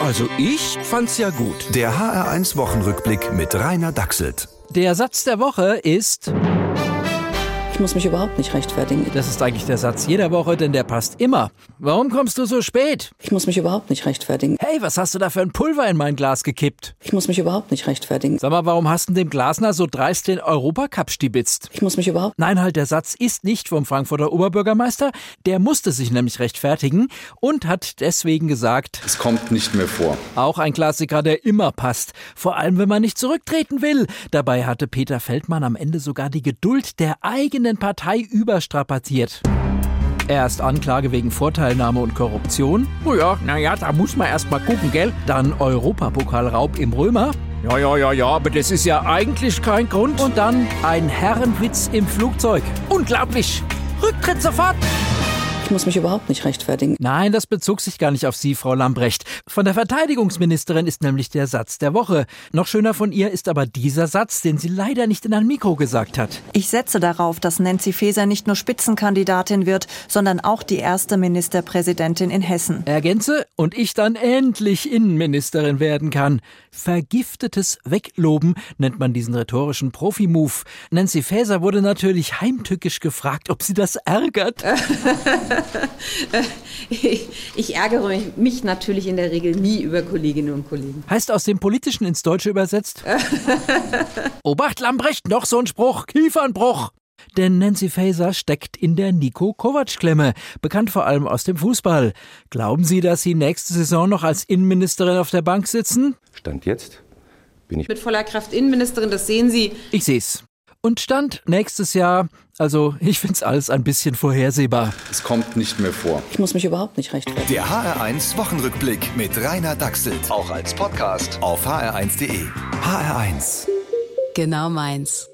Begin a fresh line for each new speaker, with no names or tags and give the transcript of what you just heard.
Also ich fand's ja gut.
Der HR1 Wochenrückblick mit Rainer Dachselt.
Der Satz der Woche ist,
Ich muss mich überhaupt nicht rechtfertigen.
das ist eigentlich der Satz jeder Woche, denn der passt immer. Warum kommst du so spät?
Ich muss mich überhaupt nicht rechtfertigen.
Hey, was hast du da für ein Pulver in mein Glas gekippt?
Ich muss mich überhaupt nicht rechtfertigen.
Sag mal, warum hast du dem Glasner so dreist den Europacup stibitzt?
Ich muss mich überhaupt.
Nein, halt, der Satz ist nicht vom Frankfurter Oberbürgermeister. Der musste sich nämlich rechtfertigen und hat deswegen gesagt,
Es kommt nicht mehr vor.
Auch ein Klassiker, der immer passt. Vor allem, wenn man nicht zurücktreten will. Dabei hatte Peter Feldmann am Ende sogar die Geduld der eigenen Partei überstrapaziert. Erst Anklage wegen Vorteilnahme und Korruption. Oh ja, naja, da muss man erst mal gucken, gell? Dann Europapokalraub im Römer. Ja, ja, ja, ja, aber das ist ja eigentlich kein Grund. Und dann ein Herrenwitz im Flugzeug. Unglaublich! Rücktritt sofort!
Ich muss mich überhaupt nicht rechtfertigen.
Nein, das bezog sich gar nicht auf Sie, Frau Lambrecht. Von der Verteidigungsministerin ist nämlich der Satz der Woche. Noch schöner von ihr ist aber dieser Satz, den sie leider nicht in ein Mikro gesagt hat.
Ich setze darauf, dass Nancy Faeser nicht nur Spitzenkandidatin wird, sondern auch die erste Ministerpräsidentin in Hessen.
Ergänze, und ich dann endlich Innenministerin werden kann. Vergiftetes Wegloben nennt man diesen rhetorischen Profi-Move. Nancy Faeser wurde natürlich heimtückisch gefragt, ob sie das ärgert.
Ich, ich ärgere mich, mich natürlich in der Regel nie über Kolleginnen und Kollegen.
Heißt aus dem Politischen ins Deutsche übersetzt? Obacht Lambrecht, noch so ein Spruch, Kiefernbruch! Denn Nancy Faeser steckt in der Nico Kovac-Klemme, bekannt vor allem aus dem Fußball. Glauben Sie, dass Sie nächste Saison noch als Innenministerin auf der Bank sitzen?
Stand jetzt bin ich
Mit voller Kraft Innenministerin, das sehen Sie.
Ich seh's. Und Stand nächstes Jahr, also ich find's alles ein bisschen vorhersehbar.
Es kommt nicht mehr vor.
Ich muss mich überhaupt nicht rechtfertigen.
Der HR1 Wochenrückblick mit Rainer Dachselt. Auch als Podcast auf hr1.de. HR1.
Genau meins.